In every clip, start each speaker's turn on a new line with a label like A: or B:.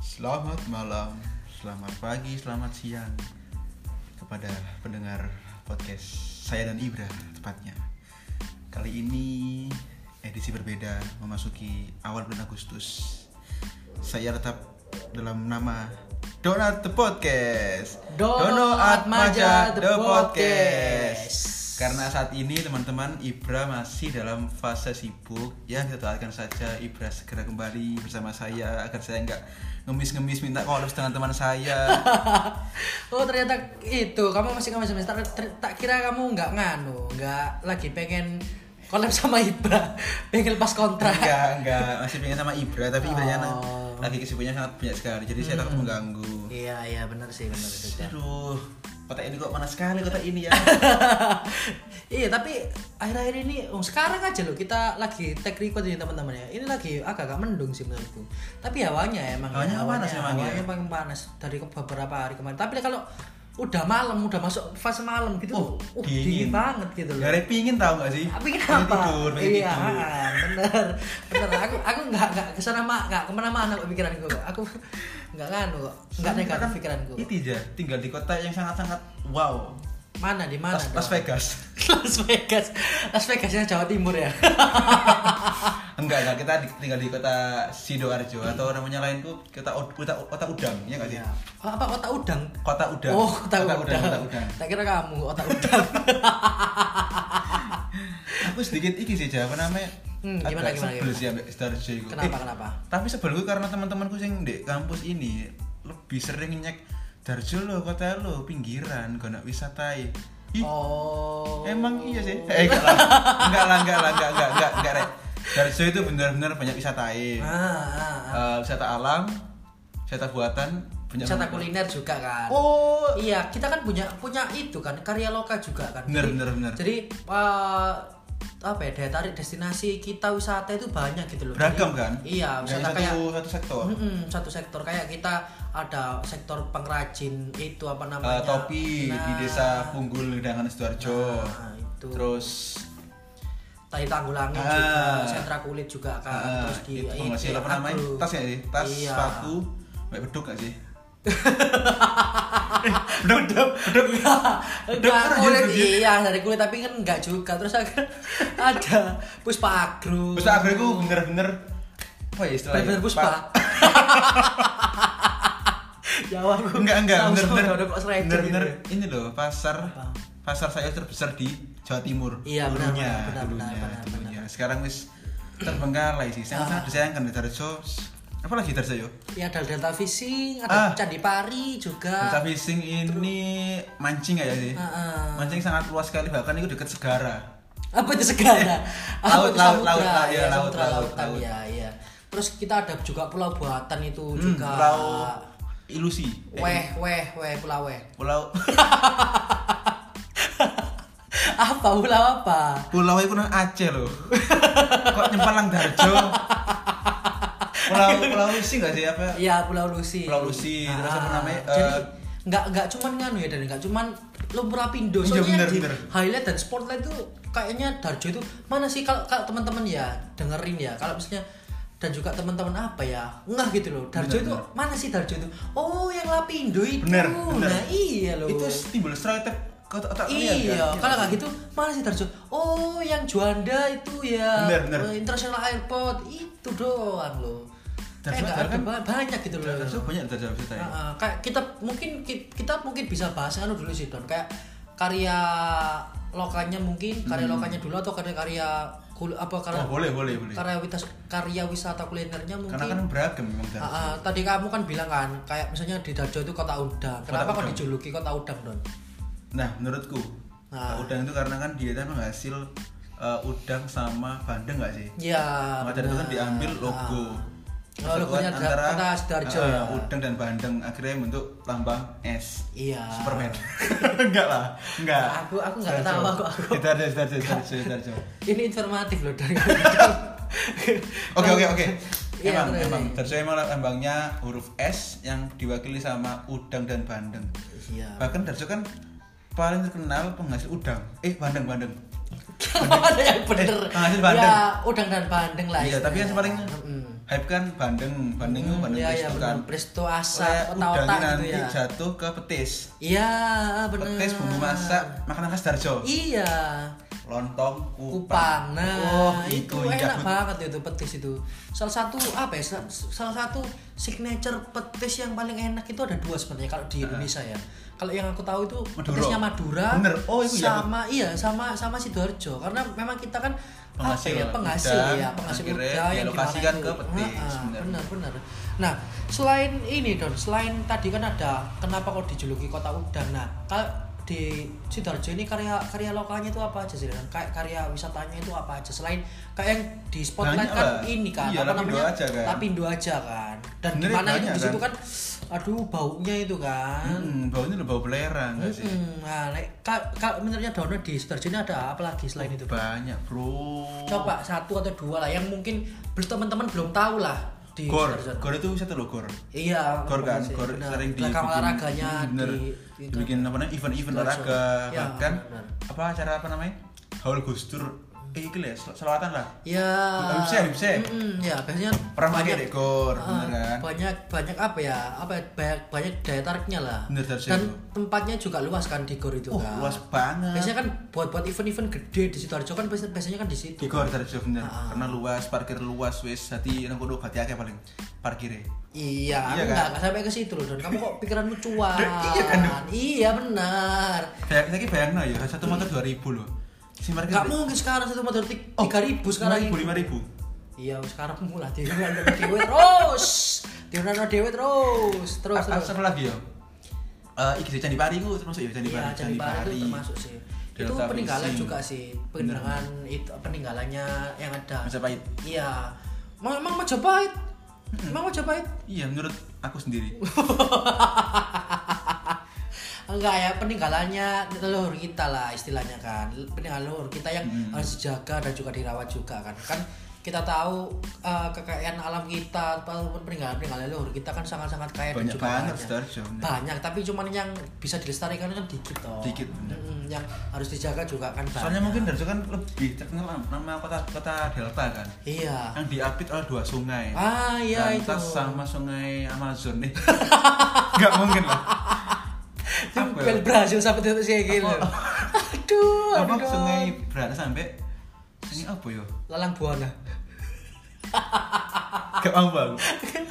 A: Selamat malam, selamat pagi, selamat siang kepada pendengar podcast saya dan Ibra tepatnya. Kali ini edisi berbeda memasuki awal bulan Agustus. Saya tetap dalam nama Donat the Podcast.
B: Dono Atmaja The Podcast.
A: Karena saat ini teman-teman Ibra masih dalam fase sibuk Ya kita doakan saja Ibra segera kembali bersama saya Agar saya nggak ngemis-ngemis minta kolaps dengan teman saya
B: Oh ternyata itu kamu masih kamu semester Ter- tak kira kamu nggak nganu nggak lagi pengen collab sama Ibra pengen pas kontrak
A: Enggak, enggak Masih pengen sama Ibra Tapi Ibra
B: Oh.
A: lagi kesibukannya sangat banyak sekali Jadi saya takut mengganggu
B: iya iya benar sih benar itu Cak.
A: Aduh Kotak ini kok panas sekali kotak ini ya
B: iya tapi akhir-akhir ini oh, sekarang aja loh kita lagi tag record ini teman-teman ya ini lagi agak-agak mendung sih menurutku tapi hawanya emang
A: Hawanya panas memang ya.
B: hawanya paling panas dari ke- beberapa hari kemarin tapi kalau udah malam udah masuk fase malam gitu
A: Oh,
B: uh,
A: dingin. Iya, Ya,
B: dingin banget gitu loh
A: Gak pingin tau gak sih?
B: tapi
A: Pengen
B: kenapa?
A: Tidur, pengen
B: iya,
A: tidur.
B: bener, bener. Aku aku nggak nggak kesana mak nggak kemana-mana kok pikiranku kok. Aku nggak nganu kok, nggak
A: Soalnya
B: negatif
A: kan
B: pikiranku.
A: Itu aja, tinggal di kota yang sangat-sangat wow.
B: Mana di mana?
A: Las,
B: dong?
A: Las Vegas.
B: Las Vegas, Las Vegasnya Jawa Timur ya.
A: enggak, enggak kita di- tinggal di kota Sidoarjo atau namanya lain tuh kota Ud- kota, kota Udang, ya enggak sih?
B: Oh, apa kota udang?
A: Kota Udang.
B: Oh, kota, udang.
A: Kota Udang.
B: Tak kira kamu kota udang.
A: Aku sedikit iki sih Jawa namanya.
B: Hmm, gimana,
A: agak
B: gimana,
A: sebel
B: gimana?
A: sih ambek Sidoarjo iku.
B: kenapa
A: Eh,
B: kenapa?
A: Tapi sebel gue karena teman-temanku sing di kampus ini lebih sering nyek Darjo lo, kota lo, pinggiran, gak nak wisata Ih,
B: Oh.
A: Emang iya sih. Eh enggak lah. Enggak lah, enggak lah, enggak enggak enggak enggak rek. Darjo itu benar-benar banyak wisatain.
B: Ah, ah, ah.
A: Eh, wisata alam, wisata buatan, banyak
B: Wisata
A: banget.
B: kuliner juga kan.
A: Oh,
B: Iya, kita kan punya punya itu kan karya loka juga kan.
A: Bener,
B: Jadi-
A: bener, bener.
B: Jadi eh, apa ya daya tarik destinasi kita wisata itu banyak gitu loh.
A: beragam
B: Jadi,
A: kan?
B: Iya,
A: Nggak
B: wisata
A: hanya
B: kayak Hmm,
A: satu, satu sektor.
B: Mm-mm, satu sektor kayak kita ada sektor pengrajin itu apa
A: Eh,
B: namanya?
A: topi di
B: Nah,
A: desa Punggul Gedangan Sidoarjo.
B: Nah, itu.
A: Terus
B: Tai Tanggulangi
A: Ah.
B: juga, sentra kulit juga kan.
A: eh,
B: Terus di
A: itu pengusaha apa namanya?
B: agro.
A: Tas ya sih? Tas,
B: Iya.
A: sepatu, mbak beduk gak sih? Eh, beduk, beduk, beduk. Beduk kan
B: Enggak,
A: aja
B: kulit
A: beduk ya?
B: iya dari kulit tapi kan enggak juga terus ada, ada puspa agro
A: Terus akhirnya gue bener-bener apa ya istilahnya?
B: Bener-bener
A: Pa-
B: puspa. Jawa Ya aku.
A: enggak enggak
B: Langsung
A: bener bener
B: udah kok seragam
A: bener bener
B: gitu.
A: ini loh pasar
B: Apa?
A: pasar sayur terbesar di Jawa Timur
B: Iya, benar,
A: dulunya
B: benar, benar,
A: dulunya
B: benar, benar, Ah.
A: dulunya sekarang wis terbengkalai sih saya sangat disayangkan di Tarjo apa lagi Tarjo yo
B: Ya ada Delta Fishing,
A: Ah.
B: ada Candi Pari juga.
A: Desa Fishing ini mancing nggak ya sih
B: Ah, Heeh.
A: mancing sangat luas sekali bahkan itu dekat Segara
B: Apa itu segala? Apa
A: Iya. Laut,
B: itu
A: laut,
B: samudra? Iya,
A: laut, laut, ya, laut,
B: samudra,
A: laut,
B: lautan,
A: laut.
B: Ya, ya. Terus kita ada juga Pulau Buatan itu
A: hmm,
B: juga.
A: pulau ilusi Eh,
B: Weh, weh, weh, Pulau Weh.
A: pulau
B: apa Ah, pulau apa?
A: pulau itu nang Aceh loh kok nyempalang Darjo pulau pulau Lusi nggak sih apa
B: Ya Pulau Lusi. Ah,
A: Pulau Lusi, terus apa namanya,
B: Jadi
A: eh,
B: nggak nggak cuman nganu ya dan nggak cuman Lumpur Pindo.
A: Iya,
B: Soalnya
A: bener,
B: di
A: bener.
B: highlight dan spotlight tuh kayaknya Darjo itu mana sih kalau kalau teman-teman ya dengerin ya kalau misalnya dan juga teman-teman apa ya nggak gitu loh Darjo
A: Bener,
B: itu mana sih Darjo itu oh yang Lapindo itu
A: Bener, bener.
B: nah iya loh
A: itu timbul stereotip kotak otak kalian, kan?
B: Iya, kalau nggak
A: sih?
B: gitu mana sih Darjo? Oh, yang Juanda itu ya.
A: Bener, bener.
B: eh, International Airport itu doang loh.
A: Darjo
B: Kayak nggak ada
A: kan-
B: ba- banyak gitu loh.
A: Darjo banyak Darjo cerita ya.
B: Nah, eh, kayak kita mungkin ki- kita mungkin bisa bahas anu dulu sih Don kayak karya lokalnya mungkin karya lokalnya dulu atau karya karya kul- apa karya
A: Hmm. Oh, boleh boleh boleh.
B: karya wita- karya wisata kulinernya mungkin
A: Karena kan beragam memang Darjo.
B: Ah, ah, tadi kamu kan bilang kan kayak misalnya di Darjo itu kota udang kenapa kok
A: udang.
B: dijuluki kota udang Don
A: Nah, menurutku
B: Ah.
A: udang itu karena kan dia kan menghasil eh, udang sama bandeng nggak sih?
B: Ya.
A: Maka dari itu kan
B: benar.
A: diambil logo.
B: Ah. nah. Oh, logonya
A: Persatuan
B: ada kota Sidoarjo
A: eh,
B: ya.
A: udang dan bandeng akhirnya membentuk lambang S.
B: Iya.
A: Superman. enggak lah, enggak.
B: Aku- aku nggak
A: Sidoarjo.
B: tahu, aku- aku-
A: Sidoarjo, Sidoarjo, Sidoarjo, Sidoarjo.
B: Ini informatif loh dari.
A: Oke oke oke.
B: Iya,
A: Emang
B: benar,
A: emang
B: iya.
A: Darjo emang lambangnya huruf S yang diwakili sama udang dan bandeng.
B: Iya.
A: Bahkan Darjo kan paling terkenal penghasil udang. Eh bandeng bandeng.
B: Ada yang
A: Eh,
B: bener.
A: penghasil bandeng.
B: Ya, udang dan bandeng lah.
A: Iya tapi yang
B: istilahnya.
A: paling
B: Mm-mm.
A: hype kan bandeng, bandeng itu bandeng
B: ya,
A: pesto
B: ya,
A: kan.
B: bener. Presto
A: Kayak
B: asap,
A: udangnya
B: otak-otak gitu
A: nanti
B: ya.
A: jatuh ke petis.
B: Iya, bener.
A: Petis bumbu masak makanan khas Darjo.
B: Iya.
A: Lontong kupang.
B: Kupang. Nah,
A: oh,
B: itu,
A: iya,
B: enak
A: betul.
B: banget itu petis itu. Salah satu apa ya? sal- Salah satu signature petis yang paling enak itu ada dua sebenarnya kalau di Indonesia ya. Kalau yang aku tahu itu
A: Madura.
B: petisnya Madura
A: Bener. Oh, itu ya.
B: sama iya sama sama Sidoarjo karena memang kita kan apa
A: Penghasil
B: ya, penghasil
A: udang,
B: ya, penghasil
A: akhirnya
B: udang yang
A: dialokasikan
B: dimana
A: ke
B: itu.
A: petis,
B: Ah, ah,
A: bener.
B: benar benar. Nah, selain ini Don, selain tadi kan ada kenapa kok dijuluki kota udang. Nah, kalau di Sidoarjo ini karya karya lokalnya itu apa aja sih? Don? Kayak karya wisatanya itu apa aja? Selain kayak yang di spotlight
A: Banyak
B: kan
A: lah.
B: ini kan
A: Iya, Lapindo aja kan.
B: Lapindo aja kan. Dan
A: Bener,
B: di mana itu
A: banyak
B: di situ kan aduh baunya itu kan.
A: Hmm, baunya udah bau belerang nggak sih?
B: Mm-mm. Nah, like, ka- kalau menurutnya Dono di Sidoarjo ini ada apa lagi selain itu?
A: Banyak, Bro.
B: Coba satu atau dua lah yang mungkin belum teman-teman belum tahu lah di
A: Gor.
B: Sidoarjo.
A: Gor itu wisata loh, Gor.
B: Iya,
A: Gor kan,
B: sih,
A: Gor
B: benar.
A: sering di
B: Belakang olahraganya
A: bener,
B: di,
A: dibikin apa namanya event-event
B: Sidoarjo.
A: olahraga
B: Ya,
A: bahkan
B: benar.
A: apa acara apa namanya? Haul Gustur. Eh, iki lah, sel- selawatan lah.
B: Ya.
A: Habibsy, Habibsy.
B: Mm-mm, ya, biasanya
A: Perang pakai deh, Gor,
B: Ah,
A: bener kan?
B: banyak banyak apa ya? Apa ya, banyak banyak daya tariknya lah.
A: Bener, Sidoarjo.
B: Dan tempatnya juga luas kan di Gor itu
A: Oh,
B: kan.
A: luas banget.
B: Biasanya kan buat buat event-event gede di Sidoarjo kan biasanya, biasanya kan di situ.
A: Di Gor Tarjo bener.
B: Ah.
A: Karena luas, parkir luas wis hati nang kudu hati akeh paling parkire. Iya
B: Iya, aku
A: kan?
B: nggak nggak sampai ke situ loh, Don. Kamu kok pikiranmu cuan?
A: Iya kan,
B: Iya, benar.
A: Kayak kita iki bayangno ya, satu motor 2000 loh. Si parkir
B: Gak mungkin sekarang satu motor tik-
A: Oh.
B: 3000 sekarang ini.
A: 5000.
B: Iya, sekarang mulai diurano dewe terus. Diurano dewe terus, terus
A: Terus
B: terus.
A: apa lagi ya? Eh iki sih Candi Pari ku termasuk ya Candi Pari.
B: Iya, Candi Pari itu termasuk sih. Itu
A: Delta
B: peninggalan
A: Rising.
B: juga sih, peninggalan itu peninggalannya yang ada.
A: Majapahit.
B: Iya. Emang emang Majapahit. Emang Majapahit.
A: Iya, menurut aku sendiri.
B: Enggak ya, peninggalannya leluhur kita lah istilahnya kan. Peninggalan leluhur kita yang
A: Hmm.
B: harus dijaga dan juga dirawat juga kan. Kan kita tahu eh, kekayaan alam kita ataupun peninggalan-peninggalan leluhur kita kan sangat-sangat kaya dan
A: Banyak
B: juga
A: banget
B: banyak.
A: Sidoarjo. bener.
B: banyak tapi cuman yang bisa dilestarikan kan dikit toh
A: Dikit, bener.
B: Mm, yang harus dijaga juga kan banyak.
A: Soalnya mungkin Darjo kan lebih terkenal nama kota-kota Delta kan.
B: iya
A: Yang diapit oleh dua sungai.
B: ah iya itu
A: Lantas sama sungai Amazon nih. Enggak mungkin lah. Apa ya?
B: Bel berhasil sampai titik sih gitu
A: Apa?
B: aduh
A: Apa
B: aduh
A: sungai Brana sampai sungai apa ya? yo?
B: lalang buana
A: Gak mau bang.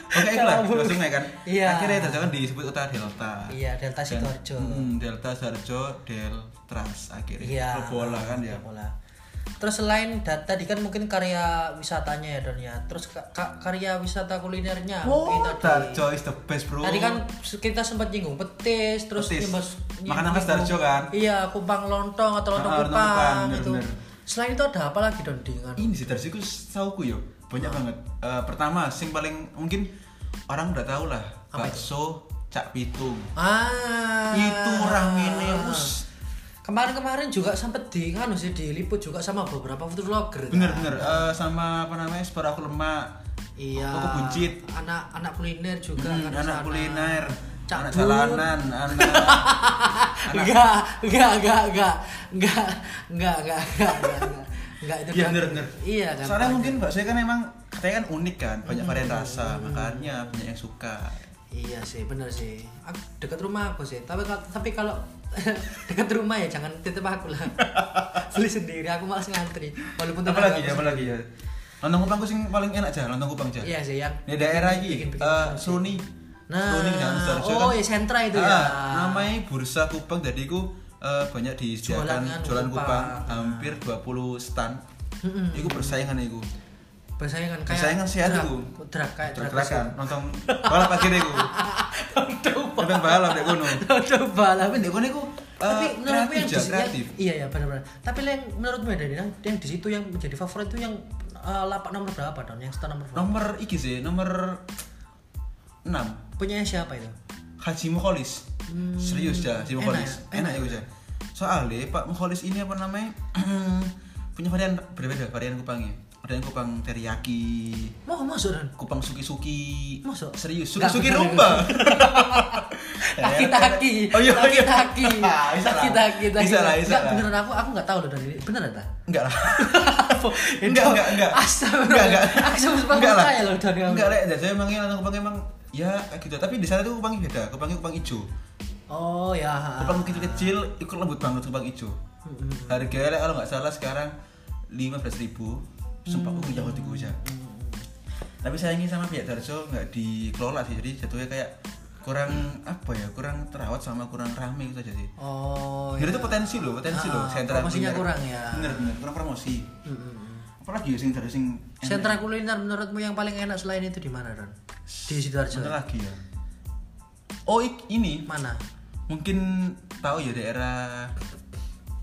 A: Oke
B: Gak
A: lah,
B: mau.
A: dua sungai kan.
B: Iya.
A: Akhirnya Darjo kan disebut kota Delta.
B: iya delta
A: Dan-
B: sidoarjo
A: Hmm, Delta Sidoarjo Del Trans akhirnya.
B: iya
A: Bola kan ya.
B: bola terus selain data tadi kan mungkin karya wisatanya ya Don ya terus ka- ka- karya wisata kulinernya
A: Oh,
B: mungkin tadi
A: Darjo is the best bro.
B: Tadi kan kita sempat nyinggung petis, terus
A: Petis.
B: nyembas-
A: Makanan khas
B: nyinggung-
A: Darjo kan?
B: Iya, kupang lontong atau lontong
A: Ah, lontong
B: kupang,
A: kupang,
B: gitu.
A: bener-bener.
B: Selain itu ada apa lagi Don dengan
A: ini sih Darjo itu sauku yo
B: Ah.
A: banyak banget. Eh, pertama, sing paling mungkin orang udah tahu lah
B: Apa
A: bakso cak pitung.
B: Ah.
A: Itu ramene us.
B: Kemarin-kemarin juga sempet di kan sih diliput juga sama beberapa food vlogger. kan?
A: Bener-bener eh, sama apa namanya sebar aku lemak.
B: Iya.
A: Aku buncit.
B: Anak-anak kuliner juga
A: Hmm, anak
B: kan di sana.
A: kuliner,
B: Cak
A: anak
B: Bun.
A: jalanan, anak
B: Enggak, enggak, enggak, enggak, enggak, enggak, enggak, enggak, enggak, enggak. Enggak, itu
A: Iya
B: kan-
A: bener bener.
B: Iya kan.
A: Soalnya
B: Pak. Hmm.
A: mungkin bakso kan emang katanya kan unik kan, banyak varian rasa, makanya banyak yang suka.
B: Iya sih, bener sih. Aku dekat rumah aku sih. Tapi kal- tapi kalau dekat rumah ya jangan titip aku lah. Beli sendiri, aku malas ngantri. Walaupun
A: Apalagi
B: tetangga
A: ya,
B: aku
A: apalagi ya. Lontong kupang ku sing paling enak aja, lontong kupang aja.
B: sendiri. Iya sih yang.
A: Di daerah ini,
B: Bikin-bikin
A: eh
B: sendiri.
A: Suni.
B: Nah,
A: Suni dan Sidoarjo
B: oh ya sentra itu ya.
A: kan Ah, namanya Bursa Kupang jadi ku eh, banyak
B: Jualan kan
A: disediakan jualan
B: kupang. Ah.
A: kupang, hampir 20 stand. Iku persaingan iku.
B: Biasanya kan kayak
A: Persaingan sehat
B: drag-
A: itu.
B: Drag kayak drag
A: Terkerakan nonton kan, balap akhirnya iku.
B: Coba.
A: Nonton balap dek kono.
B: Coba lah.
A: Tapi dek kono iku eh,
B: tapi menurutmu
A: kreatif
B: yang di
A: ja,
B: situ-
A: kreatif.
B: yang- iya ya benar-benar tapi yang menurutmu ya yang, yang di situ yang menjadi favorit itu yang eh, lapak nomor berapa don yang stand nomor berapa
A: Nomor iki sih, nomor 6
B: punya siapa itu
A: Haji Mukholis. Serius ya, Haji
B: Hmm, enak
A: Mukholis.
B: ya?
A: Enak, ya Gus, ya. Soalnya Pak Mukholis ini apa namanya? punya varian berbeda varian kupangnya. Ada yang kupang teriyaki,
B: mau masuk don
A: Eh. kupang suki-suki.
B: Masuk?
A: Serius,
B: Nggak,
A: suki-suki
B: bener,
A: rumba.
B: Taki-taki.
A: Oh, iya, iya.
B: Taki-taki.
A: Ah, bisa lah.
B: Taki-taki. taki.
A: Bisa lah, bisa
B: Nggak,
A: lah.
B: beneran aku aku nggak tahu loh dari beneran tak?
A: Enggak lah. enggak, enggak, enggak. Enggak, enggak.
B: Aku sempat
A: Enggak lah.
B: percaya loh dari kamu.
A: Enggak lah, jadi emangnya lanang kupang emang ya kayak gitu. Tapi di sana tuh kupangnya beda, kupangnya kupang ijo.
B: Oh ya.
A: Kupang kecil kecil, ikut lembut banget kupang ijo.
B: Hmm,
A: Harganya lah, kalau nggak salah sekarang lima belas ribu. Sumpah aku jauh di gojek. Tapi sayangnya sama pihak Darso nggak dikelola sih, jadi jatuhnya kayak kurang apa ya, kurang terawat sama kurang rame gitu aja sih.
B: Oh.
A: Jadi
B: ya.
A: itu potensi loh, potensi
B: Ah,
A: loh. sentra
B: promosinya
A: kuliner.
B: kurang ya.
A: Bener bener, kurang promosi.
B: Hmm, hmm, hmm.
A: Apalagi ya sing dari sing
B: Sentra kuliner menurutmu yang paling enak selain itu di mana, Ron? Di Sidoarjo.
A: Bentar lagi ya. Oh ik- ini
B: Mana?
A: mungkin tahu ya daerah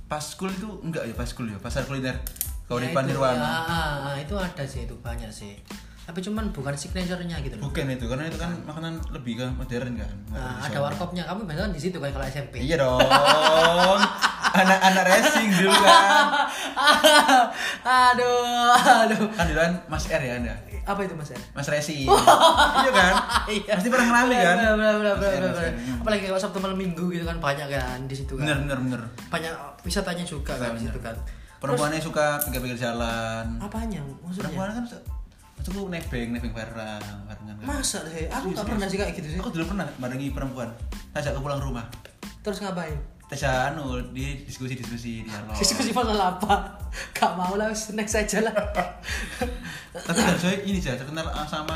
A: Paskul itu enggak ya Paskul ya pasar kuliner Kauripan
B: Ya, itu. Ya,
A: Nirwana.
B: ah, ah, itu ada sih, itu banyak sih. Tapi cuman bukan signaturenya gitu loh.
A: Bukan itu karena itu kan makanan lebih ke modern kan. Nggak
B: Nah,
A: bisa.
B: ada warkopnya. Kamu biasanya di situ kan kalau SMP.
A: Iya dong. Anak-anak racing dulu kan.
B: aduh, aduh.
A: Kan duluan Mas R ya Anda.
B: Apa itu Mas Er?
A: Mas Resi. iya kan?
B: Iya.
A: Pasti pernah ngalami kan?
B: Benar, benar, benar,
A: Mas
B: benar,
A: R,
B: benar,
A: Mas
B: benar.
A: R.
B: Apalagi kalau Sabtu malam Minggu gitu kan banyak kan di situ kan.
A: Bener, bener, bener.
B: Banyak wisatanya juga kan di situ kan.
A: Perempuannya suka pikir-pikir jalan.
B: Apanya? Maksudnya?
A: Perempuan kan su- maksudku nebeng, nebeng bareng, barengan. kan.
B: Masa sih? Aku
A: Serius,
B: nggak pernah sih kayak gitu sih.
A: Aku dulu pernah barengi perempuan. Tajak ke pulang rumah.
B: Terus ngapain?
A: Tajak anu, di diskusi-diskusi dialog.
B: Diskusi masalah apa? Gak mau lah, snack saja lah.
A: Tapi dari saya ini aja terkenal sama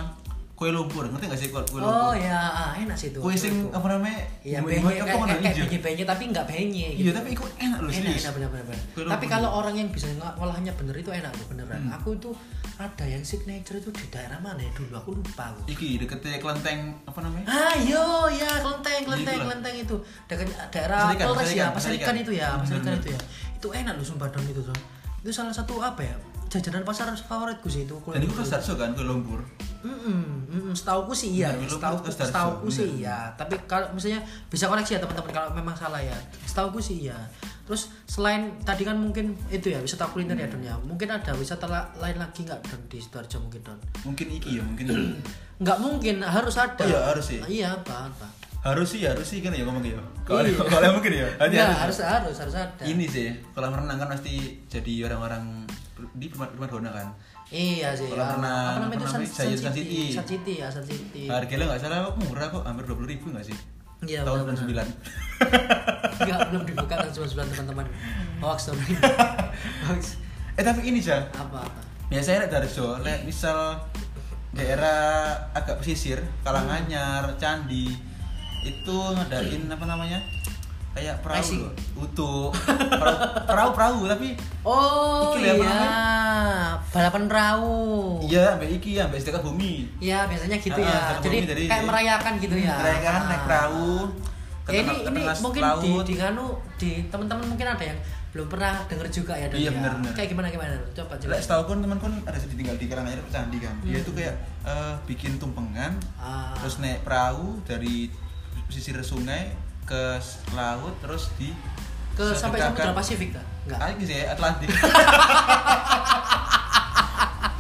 A: kue lumpur. Ngerti gak sih kue kue lumpur?
B: oh ya, ah, enak sih itu.
A: Kue sing apa namanya?
B: Iya,
A: Ibu-ibu
B: benye,
A: apa mana
B: kayak kayak
A: hijau?
B: benye benye tapi nggak benye.
A: Iya, tapi itu enak loh
B: enak
A: serius.
B: enak benar benar benar.
A: Kue
B: tapi
A: lumpur.
B: kalau orang yang bisa ngolah- ngolahnya bener itu enak tuh beneran
A: Hmm.
B: aku itu ada yang signature itu di daerah mana ya dulu aku lupa aku
A: Iki deketnya kelenteng apa namanya?
B: ayo ya kelenteng kelenteng
A: Iya,
B: kelenteng itu dekat daerah
A: Pasarikan,
B: Polres ya
A: Pasarikan,
B: pasarikan
A: Pasarikan.
B: itu ya
A: Hmm,
B: pasarikan
A: bener.
B: itu ya itu enak loh sumpah dong itu tuh itu salah satu apa ya jajanan pasar favoritku sih itu kue
A: Dan itu
B: lumpur.
A: kan Darso kan kue lumpur.
B: Mm-mm, mm-mm, setauku sih iya,
A: Nah,
B: ya.
A: dulu
B: setauku,
A: podcast dari
B: setauku
A: Zoom,
B: sih
A: bener.
B: iya. Tapi kalau misalnya bisa koreksi ya teman-teman kalau memang salah ya. Setauku sih iya. Terus selain tadi kan mungkin itu ya wisata kuliner ya Don ya. Mungkin ada wisata la- lain lagi nggak Don di sidoarjo mungkin Don?
A: Mungkin iki ya, mungkin
B: Nggak mungkin harus ada.
A: Oh iya, harus sih.
B: Iya apa apa.
A: harus sih harus sih kan ya ngomong ya kalau
B: Iya.
A: kalau mungkin ya Berarti
B: Nggak,
A: harus.
B: harus harus harus ada.
A: ini sih kolam renang kan pasti jadi orang-orang di prima prima dona kan
B: Iya sih.
A: Kolam renang,
B: apa namanya itu
A: apa
B: Sun
A: namanya? Giant Sun City.
B: Sun City ya Sun City.
A: harganya nggak salah kok murah kok hampir dua puluh ribu nggak sih
B: Iya,
A: tahun
B: benar-benar.
A: 99 sembilan
B: Nggak, belum dibuka tahun 99 teman-teman. Hoax Don. Hoax.
A: eh tapi ini sih
B: Apa apa.
A: biasanya lek Darjo lek misal daerah agak pesisir Kalanganyar Candi itu ngadain apa namanya kayak perahu
B: Racing.
A: loh. utuh perahu perahu tapi
B: Oh
A: Iki lho ya, apa
B: iya, balapan perahu.
A: iya sampai iki sampai sedekat bumi
B: Ya biasanya gitu
A: Ah,
B: ya.
A: ah, satu
B: Jadi
A: bumi dari-
B: kayak merayakan gitu ya.
A: Merayakan
B: Ah.
A: naik perahu. ke
B: Ya ini
A: tengah- ke
B: ini
A: tengah
B: mungkin
A: laut.
B: di di nganu di teman-teman mungkin ada yang belum pernah denger juga ya dari
A: Iya, benar-benar.
B: Kayak gimana gimana? Coba coba.
A: Lek setahu kan teman kan ada sih tinggal di Karanganyar Candi kan.
B: Hmm.
A: Dia itu kayak eh, bikin tumpengan,
B: Ah.
A: terus naik perahu dari sisir sungai ke s- laut terus di
B: Ke sampai Samudra Pasifik kan? Enggak.
A: Ayo sih Atlantik.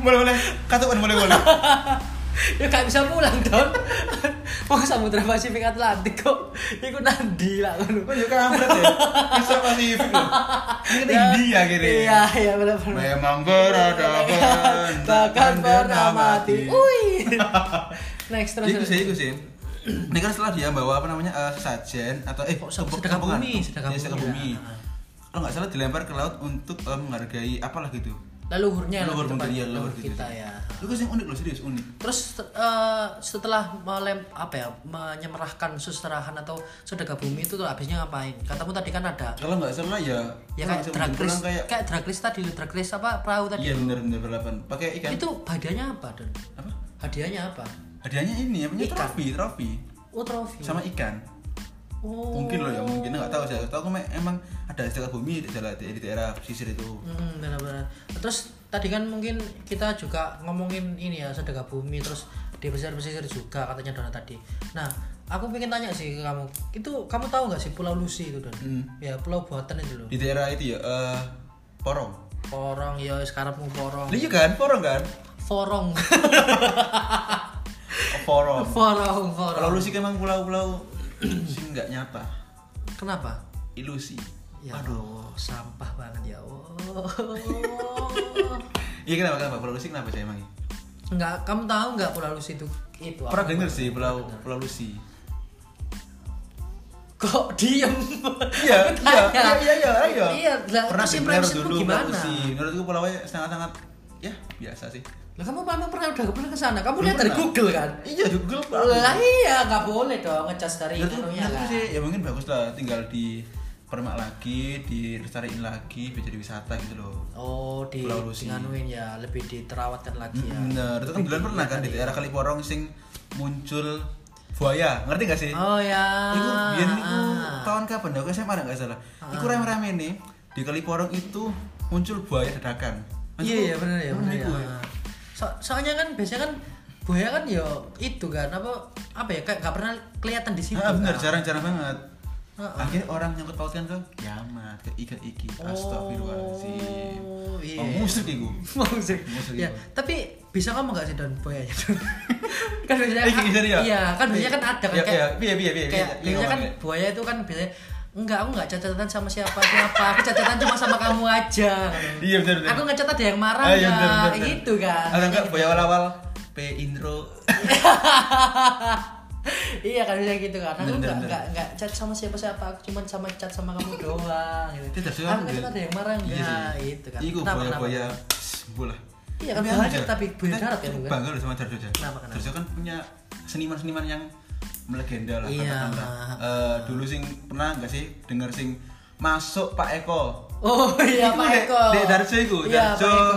A: boleh boleh katakan boleh boleh.
B: ya gak bisa pulang don. Mau Samudra Pasifik Atlantik kok. Iku nandi lah kan.
A: Kok juga kampret ya. Bisa Pasifik loh. Ini kan India gini.
B: Ya, Iya iya benar-benar.
A: Memang beradaban
B: Bahkan pernah mati. Ui. Next terus.
A: Jadi itu
B: terus.
A: sih, itu sih. Ini kan setelah dia bawa apa namanya eh, sesajen atau eh
B: Oh, se-
A: tumpeng-
B: sedekah
A: tumpengan.
B: bumi, sedekah
A: Iya, sedekah
B: bumi,
A: bumi.
B: ya.
A: Kalau nggak salah dilempar ke laut untuk eh, menghargai apalah gitu.
B: leluhurnya
A: Leluhur mungkin
B: lebih tepatnya,
A: ya, leluhur
B: leluhur
A: gitu.
B: Iya, kita ya
A: Itu kan yang unik loh serius unik.
B: terus eh, setelah melem apa ya menyerahkan seserahan atau sedekah bumi itu tuh habisnya ngapain katamu tadi kan ada
A: Kalau nggak salah ya
B: ya
A: orang
B: kayak
A: bisa
B: drag
A: menjulang
B: race
A: kayak
B: kayak, drag race tadi loh, drag race apa perahu tadi
A: iya bener bener berlapan. Pakai ikan.
B: itu hadiahnya apa don
A: Apa?
B: hadiahnya apa
A: Hadiahnya ini apa namanya
B: Ikan.
A: trofi, trofi
B: oh trofi
A: sama ikan.
B: oh
A: Mungkin loh ya, mungkin nggak tahu saya. Tahu kok emang ada sedekah bumi di daerah di daerah pesisir itu.
B: Hmm, benar-benar. Terus tadi kan mungkin kita juga ngomongin ini ya sedekah bumi terus di pesisir-pesisir juga katanya Dona tadi. Nah, aku pengen tanya sih ke kamu. Itu kamu tahu nggak sih Pulau Lucy itu Don?
A: Hmm.
B: Ya Pulau Buatan itu loh.
A: Di daerah itu ya eh, Porong.
B: Porong ya sekarang mau porong.
A: Iya kan, porong kan?
B: Forong.
A: Porong.
B: forong, forong.
A: Kalau lu sih emang pulau-pulau sih nggak nyata
B: Kenapa?
A: ilusi
B: Ya
A: aduh
B: Allah, sampah banget ya Allah.
A: iya kenapa kenapa pulau lusi kenapa sih emang
B: Enggak, kamu tahu nggak Pulau Lusi itu itu apa?
A: pernah denger sih pulau pulau lusi
B: Kok diem?
A: iya
B: Aku
A: iya iya
B: tanya.
A: iya iya iya
B: Iya, lah,
A: pernah
B: terus
A: dengar
B: impressionmu
A: dulu
B: gimana?
A: pulau lusi menurutku pulaunya sangat sangat ya biasa sih
B: Lah kamu memang pernah udah pernah ke sana? Kamu
A: Belum
B: lihat dari
A: pernah.
B: Google kan?
A: iya Google Pak.
B: Lah iya, nggak boleh dong ngecas dari kan?
A: Menurutku-
B: itunya
A: menurutku
B: lah.
A: sih ya mungkin bagus lah tinggal di permak lagi, dilestariin lagi, biar jadi wisata gitu loh.
B: Oh, di
A: Pulau Lusi.
B: nganuin ya, lebih diterawatkan lagi ya.
A: Bener, itu kan bulan pernah kan di
B: Iya,
A: daerah Kaliporong sing muncul buaya, ngerti gak sih?
B: Oh ya.
A: Iku biar iku
B: Ah.
A: tahun kapan dah? Aku SMA dah, nggak salah. Iku rame-rame nih di Kaliporong itu muncul buaya dadakan.
B: Iya iya benar ya
A: Hmm,
B: benar ya.
A: iku ya.
B: So- soalnya kan biasanya kan buaya kan ya itu kan apa apa ya kayak nggak pernah kelihatan di situ.
A: Ah, bener,
B: kan.
A: jarang-jarang banget.
B: Ah, ah.
A: Akhirnya orang nyangkut pautkan ke kiamat, ke ikan iki. Astagfirullahaladzim.
B: Oh, iya.
A: Oh, musuh iku.
B: Maksud,
A: Maksud
B: ya,
A: gitu.
B: tapi bisa kamu nggak sih daun buaya kan biasanya
A: Eh, gini, serius?
B: iya kan biasanya kan ada
A: Iya,
B: kan
A: iya,
B: kayak
A: iya, iya, iya,
B: kayak
A: iya,
B: biasanya
A: iya,
B: kan
A: iya.
B: buaya itu kan biasanya enggak aku nggak cacatan sama siapa siapa aku cacatan cuma sama kamu aja
A: Iya, benar, benar.
B: aku ngecat ada yang marah
A: Ah,
B: ya
A: iya, benar, benar, Ah. benar.
B: gitu kan
A: Atau enggak buaya awal-awal P intro.
B: iya kan bisa gitu kan aku
A: Bener,
B: nggak
A: bener.
B: nggak nggak chat sama siapa siapa aku cuma sama chat sama kamu doang gitu.
A: Itu terus
B: aku kan ada yang marah nggak gitu kan
A: Iya Iku
B: Kenapa, kenapa?
A: buaya-buaya bola.
B: Iya, kan buaya, tapi buaya darat kan, bukan?
A: Bangga loh sama Jarjo Jarjo.
B: Kenapa, kenapa?
A: Jarjo kan punya seniman-seniman yang melegenda lah
B: Iya.
A: katakanlah. Eh, dulu sing pernah enggak sih denger sing masuk Pak Eko.
B: oh iya
A: Iku
B: Pak
A: dek-
B: Eko
A: Dek Darjo iku,
B: iya Pak
A: Darjo
B: Eko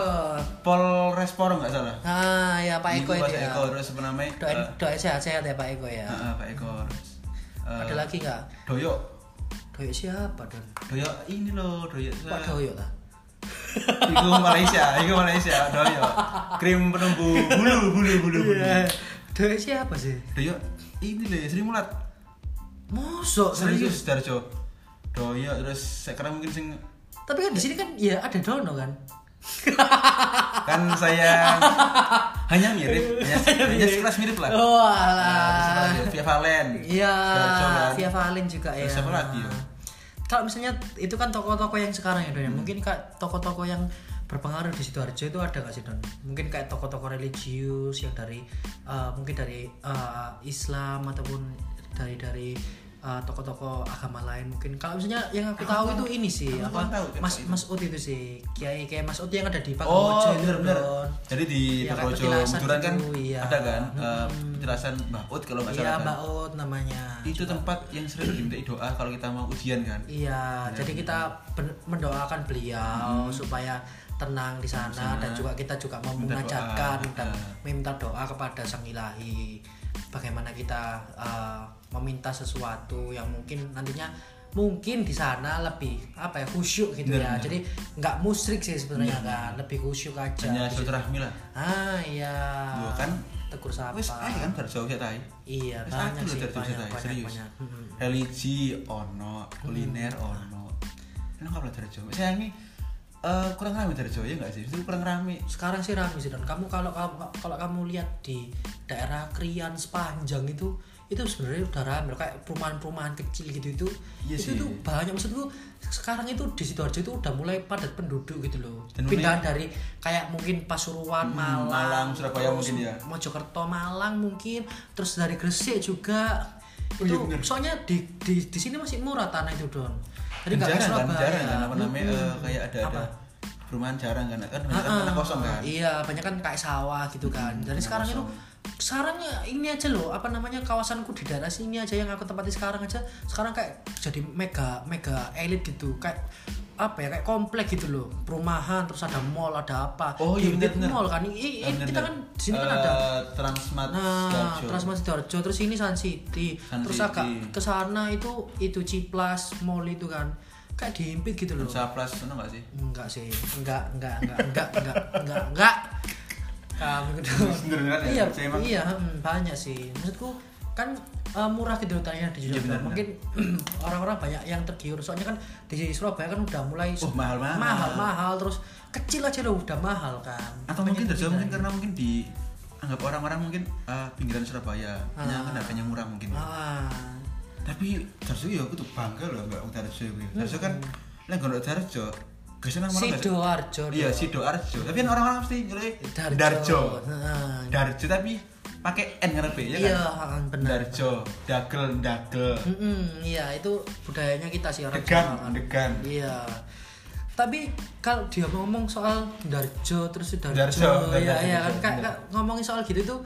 A: Polres Porong enggak salah.
B: Ah, ya Pak Eko
A: Iku
B: itu ya.
A: Eko terus apa namanya?
B: Doain
A: Eh,
B: doain sehat-sehat ya Pak Eko ya.
A: ah, ah, Pak Eko. Terus, eh,
B: Ada lagi nggak?
A: Doyok.
B: Doain siapa don?
A: Doyok ini loh, Doyok.
B: Pak Doyo lah.
A: Iku Malaysia, iku Malaysia, doyo. Krim penumbu bulu, bulu, bulu, bulu.
B: Iya. Doain siapa sih?
A: Doyo, ini loh ya, Sri Mulat.
B: Mosok Oh, serius.
A: Serius, Darjo. Doyo, terus sekarang mungkin sing
B: Tapi kan di sini kan ya ada Dono kan.
A: kan saya hanya mirip, hanya, hanya sekelas mirip lah.
B: Oh
A: Nah,
B: alah.
A: terus Via Valen.
B: Iya,
A: Darjo kan.
B: Via Valen juga ya.
A: Terus siapa lagi ya?
B: Kalau misalnya itu kan toko-toko yang sekarang ya Don ya. Mungkin kayak toko-toko yang berpengaruh di sidoarjo itu ada nggak sih Don? Mungkin kayak toko-toko religius yang dari eh, mungkin dari eh, Islam ataupun dari dari eh, toko-toko agama lain mungkin. Kalau misalnya yang aku tahu itu ini sih
A: aku
B: apa?
A: kan tahu, kan
B: Mas
A: tahu itu.
B: Mas Ut itu sih kiai kiai Mas Ut yang ada di Pak
A: Oh,
B: Wojo itu,
A: bener bener.
B: Don.
A: Jadi di
B: Iya, kayak
A: Petrojo
B: petilasan
A: Muduran kan
B: gitu, iya.
A: ada kan eh,
B: Mm-mm.
A: penjelasan Mbah Ut kalau nggak
B: Iya
A: salah kan.
B: Mbak Ut namanya.
A: Itu tempat yang sering dimintai doa kalau kita mau ujian kan.
B: Iya, jadi kita ben- mendoakan beliau supaya tenang di sana dan juga kita juga mau
A: Hmm. Minta doa.
B: munajatkan dan
A: Ah.
B: meminta doa kepada Sang Ilahi bagaimana kita eh, meminta sesuatu yang mungkin nantinya mungkin di sana lebih apa ya khusyuk gitu
A: Benar,
B: ya.
A: benar.
B: Jadi nggak musrik sih sebenarnya kan, lebih khusyuk aja.
A: Hanya silaturahmi lah.
B: Ah iya.
A: Loh, kan
B: tegur sapa.
A: Wis ae kan Darjo Ujek tae.
B: Iya,
A: Wis ae
B: banyak
A: lho
B: sih
A: Darjo Ujek
B: banyak,
A: tae,
B: banyak,
A: ya, serius.
B: banyak. Mm-mm.
A: Religi ono, kuliner
B: Mm-hmm.
A: ono. Lengkap lah Darjo. Saya ini eh, kurang rame Darjo ya enggak sih? Itu kurang rame.
B: sekarang sih ramai sih dan kamu kalau kamu kalau kamu lihat di daerah Krian sepanjang itu itu sebenarnya udah ramai kayak perumahan-perumahan kecil gitu itu
A: Iya
B: itu
A: sih.
B: tuh banyak maksudku sekarang itu di sidoarjo itu udah mulai padat penduduk gitu loh
A: Dan
B: pindahan dari kayak mungkin Pasuruan
A: Hmm,
B: Malang,
A: Malang, Surabaya
B: terus
A: mungkin ya.
B: Mojokerto Malang mungkin terus dari Gresik juga
A: Oh
B: itu
A: iya bener.
B: soalnya di, di di sini masih murah tanah itu don
A: Dan
B: nggak kayak
A: jarang kan,
B: Surabaya.
A: jarang kan apa namanya
B: Mm-mm.
A: eh, kayak ada ada
B: Apa?
A: perumahan jarang kan kan
B: Ah,
A: banyak kan tanah kosong kan.
B: Iya, banyak kan kayak sawah gitu kan. Jadi
A: tanah
B: sekarang itu
A: kosong.
B: sekarang ya ini aja loh apa namanya kawasanku di daerah sini aja yang aku tempati sekarang aja sekarang kayak jadi mega mega elit gitu kayak apa ya kayak komplek gitu loh perumahan terus ada mall ada apa
A: Oh, iya,
B: Di- di
A: bener-bener.
B: mall kan I- i-
A: Ah, bener,
B: kita
A: bener.
B: kan di sini kan ada
A: Eh, Transmart
B: nah
A: Darjo.
B: terus masih Sidoarjo terus ini Sun City
A: Sun
B: terus
A: City.
B: agak ke sana itu itu Ciplas mall itu kan kayak dihimpit gitu loh
A: Nusa Plus ono enggak sih?
B: Enggak sih, enggak, enggak, enggak, enggak, enggak, enggak, enggak. Kamu gitu.
A: Bener-beneran ya?
B: Iya,
A: Saya emang-
B: iya, mm, banyak sih. Maksudku kan eh, murah gitu loh tanya di
A: Iya,
B: Surabaya.
A: bener-bener.
B: Mungkin orang-orang banyak yang tergiur. Soalnya kan di Surabaya kan udah mulai
A: Oh, mahal-mahal.
B: mahal, mahal, terus kecil aja loh udah mahal kan.
A: atau
B: Makanya
A: mungkin
B: itu
A: Darjo
B: kita-
A: mungkin karena mungkin di anggap orang-orang mungkin eh, pinggiran Surabaya hanya
B: Ah.
A: kan harganya murah mungkin
B: Ah,
A: tapi Jarjo ya aku tuh bangga loh mbak Utarjo ini Jarjo kan
B: Hmm.
A: lah gak Jarjo gak senang malah nggak-
B: Sidoarjo.
A: Kan iya Sidoarjo tapi kan orang-orang pasti nyelai
B: Darjo.
A: Darjo
B: Heeh.
A: Darjo tapi pakai N ngerti ya
B: Iya,
A: kan
B: heeh, benar.
A: Darjo dagel dagel
B: Mm-mm, iya itu budayanya kita sih orang
A: degan
B: Jawa kan.
A: degan
B: Iya. Tapi kalau dia ngomong soal Darjo terus Sidoarjo,
A: Darjo, benar,
B: ya, ya
A: benar,
B: kan kayak
A: benar.
B: kayak ngomongin soal gitu tuh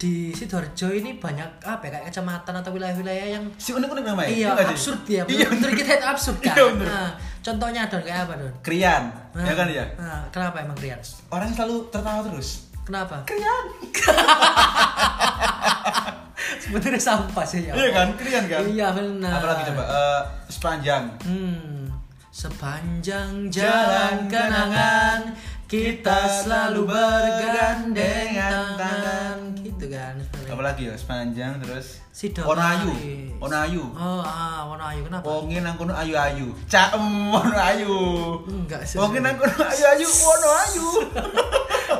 B: di Sidoarjo ini banyak apa ya, kayak kecamatan atau wilayah-wilayah yang
A: si unik unik namanya
B: iya
A: nggak Eh, sih?
B: absurd ya.
A: iya
B: Menurut kita itu absurd kan.
A: Iya, benar.
B: Nah, contohnya Don kayak apa Don?
A: krian ya kan ya
B: Nah, kenapa emang Rian?
A: orang yang selalu tertawa terus
B: Kenapa?
A: krian
B: Sebenarnya sampah sih ya.
A: iya kan krian kan
B: Iya benar.
A: apalagi coba Eh, sepanjang
B: Hmm, sepanjang jalan kenangan kita selalu bergandengan tangan gitu kan sebenarnya.
A: apalagi ya sepanjang terus
B: Sido
A: onayu
B: manis.
A: onayu
B: oh ah warna ayu kenapa
A: wonge nang kono ayu ayu caem ono ayu
B: enggak sih
A: wonge nang kono ayu ayu ono ayu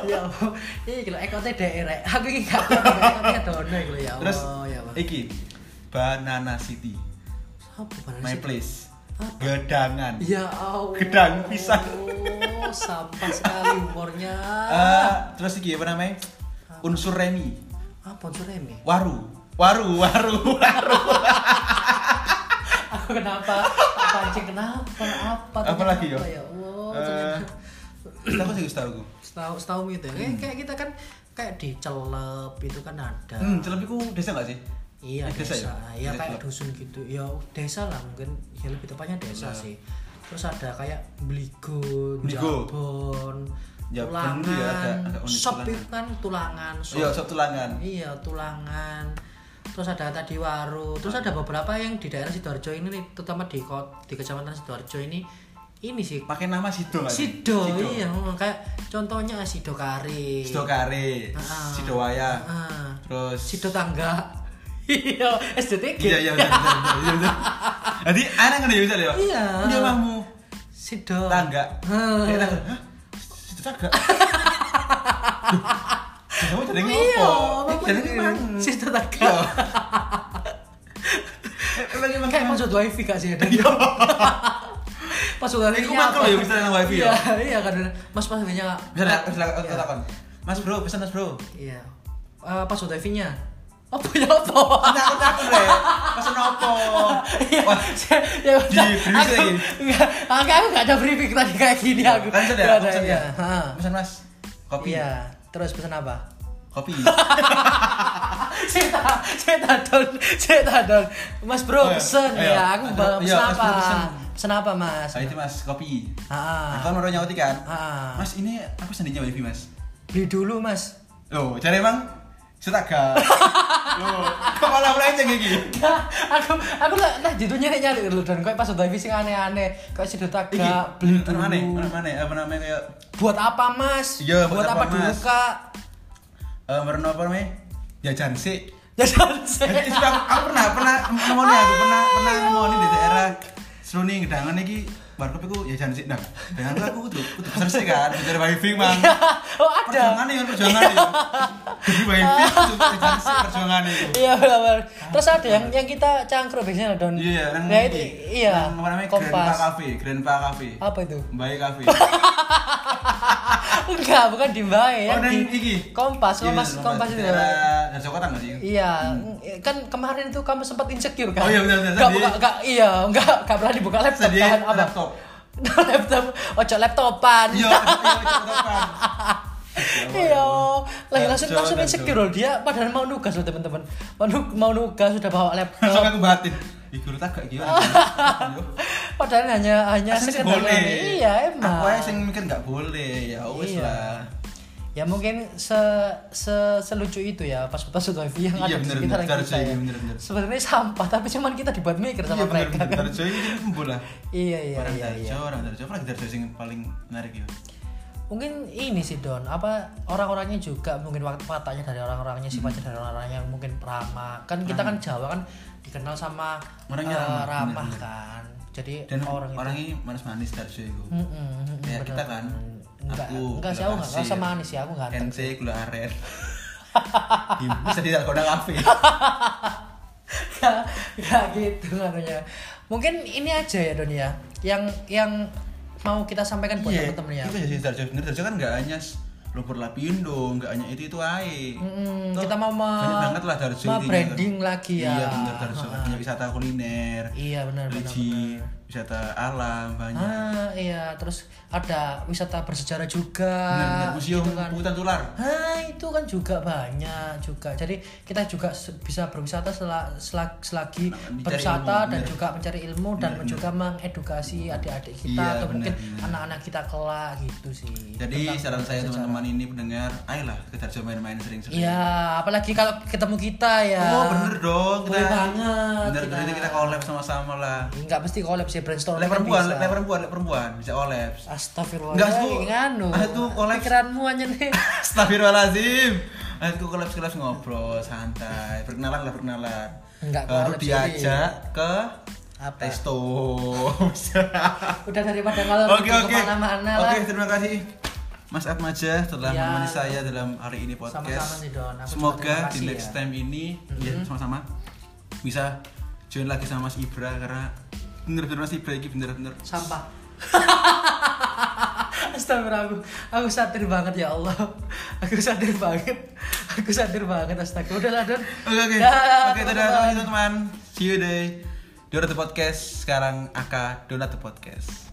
B: ya Allah. ini kalau ekotnya daerah aku ini gak tahu ekotnya dono gitu ya
A: terus
B: Allah ya Allah
A: iki banana city
B: apa barang
A: my
B: sih?
A: place
B: Apa?
A: gedangan
B: ya Allah
A: Gedang pisang.
B: Oh, sampah sekali umurnya
A: Eh, terus iki apa namanya unsur remi
B: apa unsur remi
A: waru waru waru waru
B: aku kenapa Pak pancing kenapa apa
A: Apa lagi, yo?
B: ya Allah
A: Eh,
B: ternyata-
A: aku sih tahu
B: setahu setahu gitu ya kayak, kayak kita kan kayak di celep itu kan ada
A: hmm celebiku desa nggak sih
B: iya
A: Eh,
B: desa, ya
A: Desa
B: kayak
A: Celeb.
B: dusun gitu ya desa lah mungkin ya lebih tepatnya
A: Nah.
B: desa sih terus ada kayak beligo
A: Bligo.
B: jabon
A: Jabon
B: tulangan
A: itu ya, agak- agak unik,
B: sop
A: tulangan.
B: itu kan tulangan sop.
A: iya sop tulangan
B: iya tulangan terus ada tadi waru terus ada beberapa yang di daerah sidoarjo ini nih, terutama di kot di kecamatan sidoarjo ini ini sih
A: pakai nama sido nggak sih?
B: Sido, iya heeh, kayak contohnya Sido Kari.
A: sido kare
B: Heeh.
A: sido wayang
B: Heeh.
A: terus
B: Ah. Sido Tangga. Iya, SDTG.
A: iya iya benar benar benar, iya benar jadi aneh kan ya bisa ya
B: Iya. Eh.
A: dia mahmu
B: Sido.
A: tangga
B: Heeh.
A: Dia tangga hah situ tangga Loh, kamu jadi
B: Iya,
A: ngopo
B: apa
A: jadi
B: ini?
A: memang
B: Sido
A: iya
B: Tangga.
A: Eh, lagi emang
B: Kayak maksud wifi gak sih ada? Pas udah
A: Eh, ku mangkel Iya. ya, bisa dengan wifi ya?
B: Iya, kan Mas pas wifi-nya.
A: bisa nggak? bisa nggak?
B: Iya.
A: katakan mas bro pesan mas bro
B: Iya. Eh, Pas udah wifi-nya. Apa ya apa?
A: Nah, aku takut deh pesan apa Wah, Di
B: ya udah.
A: briefing
B: aku
A: lagi.
B: nggak aku, aku nggak ada briefing tadi kayak gini Iya, aku
A: kan sudah
B: Nggak ada,
A: pesan ya
B: iya. Ha.
A: pesan mas kopi
B: iya terus pesan apa
A: kopi
B: saya tak saya tak don saya tak don mas
A: Oh,
B: bro
A: iya.
B: pesen
A: Ayo.
B: ya aku
A: Ayo,
B: bawa pesan
A: Mas Bro,
B: apa
A: pesen.
B: pesan apa mas
A: Ah, itu mas kopi
B: Ah.
A: nah, kan baru nyauti kan
B: Ah.
A: mas ini aku sendinya wifi mas
B: beli dulu mas
A: Loh, cari emang setaga. Loh, kok malah melenceng iki?
B: Nggak, aku aku lah nah jadinya nyari nyari dulu dan kau pas udah visi aneh-aneh kau sih tak
A: Iki, anu
B: beli
A: mana mana,
B: dulu
A: mana mana, apa namanya kayak
B: buat apa mas
A: Iya, buat
B: buat
A: apa,
B: apa dulu
A: Mas?
B: kak
A: eh merenung apa namanya? Ya, Jajan sih.
B: Ya, jangan
A: Jadi
B: saya
A: itu aku, aku pernah pernah ngomongin aku pernah pernah ngomongin di daerah Seruni gedangan iki warkop iku jajan sih. Nah, dengan itu aku kudu kudu besar sih kan, dari wifi mang.
B: oh ada
A: Perjuangan ya, perjuangan ya. Demi wifi kudu jajan sih perjuangan itu.
B: Iya benar. Terus ada yang yang kita cangkruk biasanya Don.
A: Iya, nang
B: Nah, itu
A: iki.
B: iya.
A: Nang apa namanya? Grandpa
B: Kompas.
A: Cafe, Grandpa Cafe.
B: Apa itu?
A: Mbae Cafe.
B: Enggak, bukan di Mbae ya.
A: Oh, nang
B: di
A: iki.
B: Kompas,
A: Iya,
B: Kompas, Kompas itu. ya.
A: Daerah Daerah Sokotan nggak sih?
B: Iya, kan kemarin tuh kamu sempat insecure kan?
A: Oh, iya, benar, benar.
B: Nggak
A: Tadi-
B: buka, nggak, iya, enggak, enggak pernah dibuka laptop
A: Tadi
B: kan? Apa?
A: laptop.
B: laptop, ojo laptopan.
A: Iya, iya, Sokotan.
B: Iya, lagi
A: Darjo,
B: langsung langsung
A: Darjo.
B: insecure loh dia, padahal mau nugas loh teman-teman, mau, nu- mau nugas sudah bawa
A: Langsung
B: laptop,
A: Iya. aku batin. Ih, guru tak gak gila.
B: padahal hanya hanya
A: Asing sih
B: sekedar
A: boleh.
B: Ya, iya emang.
A: Aku aja sing mikir gak boleh. Ya wis
B: Iya.
A: lah.
B: Ya mungkin se, se selucu itu ya pas pas sudah yang
A: Iya,
B: ada di
A: bener,
B: sekitar
A: bener.
B: kita
A: Harusnya,
B: ya.
A: bener, bener.
B: Sebenarnya sampah tapi cuman kita dibuat mikir
A: Iya
B: sama
A: bener
B: mereka.
A: bener.
B: kan.
A: Darjo ini kumpul lah.
B: Iya iya
A: Orang
B: iya. iya.
A: Darjo, orang Darjo, apalagi Darjo sing paling menarik ya.
B: Mungkin ini sih Don, apa orang-orangnya juga mungkin wak- wataknya dari orang-orangnya
A: Hmm.
B: sifatnya dari orang-orangnya yang mungkin ramah. Kan kita kan Jawa kan dikenal sama
A: Orangnya
B: eh,
A: ramah,
B: ramah
A: bener, bener.
B: kan. Jadi
A: Dan
B: orang itu- Hmm,
A: orangnya manis-manis Darjo itu.
B: Mm-mm, mm-mm,
A: Kayak
B: bener.
A: kita kan.
B: Enggak,
A: Aku,
B: enggak sih
A: gula
B: aku enggak
A: pasir.
B: rasa manis ya, aku ganteng.
A: NC gula aren. Bisa tidak kau kafe.
B: gak, gak gitu anunya mungkin ini aja ya Don ya yang yang mau kita sampaikan buat
A: Iya,
B: temen-temen ya
A: Itu ya sih Darjo. Bener Darjo kan nggak hanya s- lumpur lapindo, nggak hanya itu itu ae.
B: Mm-mm,
A: Toh,
B: kita mau me-
A: banyak banget lah Darjo.
B: me-
A: intinya.
B: branding lagi ya.
A: Iya bener Darjo.
B: Ha-ha.
A: Hanya wisata kuliner,
B: iya benar benar
A: religi,
B: benar.
A: wisata alam banyak.
B: ah iya terus ada wisata bersejarah juga
A: Bener, bener. Museum
B: gitu kan.
A: hutan tular.
B: Nah, itu kan juga banyak juga. Jadi kita juga se- bisa berwisata sela- sela- selagi
A: Nah, mencari
B: berwisata
A: ilmu,
B: dan
A: bener.
B: juga mencari ilmu dan
A: Bener, bener.
B: juga mengedukasi adik-adik kita
A: Iya,
B: atau
A: bener,
B: mungkin
A: bener.
B: anak-anak kita kelak gitu sih.
A: Jadi
B: Tentang
A: saran saya
B: sejarah.
A: teman-teman ini pendengar, ayolah ke Darjo main-main sering-sering.
B: Iya, apalagi kalau ketemu kita ya.
A: Oh bener dong.
B: Boleh banget
A: Bener
B: kita.
A: kita, kita collab sama-sama lah.
B: Enggak mesti collab sih brainstorming.
A: Lek
B: kan
A: perempuan,
B: bisa.
A: lek perempuan, lek perempuan bisa collab. Enggak, aku-
B: Astagfirullahaladzim Nganu
A: aku Ah, collab-
B: Pikiranmu hanya nih
A: Astagfirullahaladzim Aku kolaps kolaps ngobrol santai Perkenalan lah perkenalan
B: Enggak,
A: Baru
B: kolaps
A: diajak ke
B: Apa?
A: Resto
B: Udah daripada ngalor
A: Oke
B: ngidul
A: oke
B: kemana-mana lah
A: Oke terima kasih Mas Atmaja telah
B: Ya.
A: menemani saya dalam hari ini
B: Sama-sama
A: podcast
B: nih, Don. Aku juga terima
A: Semoga
B: kasih
A: di next
B: ya. Mm-hmm.
A: time ini ya, sama-sama Bisa join lagi sama Mas Ibra Karena bener-bener Mas Ibra ini bener-bener
B: Sampah Astagfirullah aku, aku satir banget ya Allah Aku satir banget Aku satir banget astaga Udahlah Don
A: Oke oke.
B: Dah,
A: Oke
B: teman-teman.
A: dadah teman-teman. See you day. Donat the podcast sekarang Aka Donat the podcast.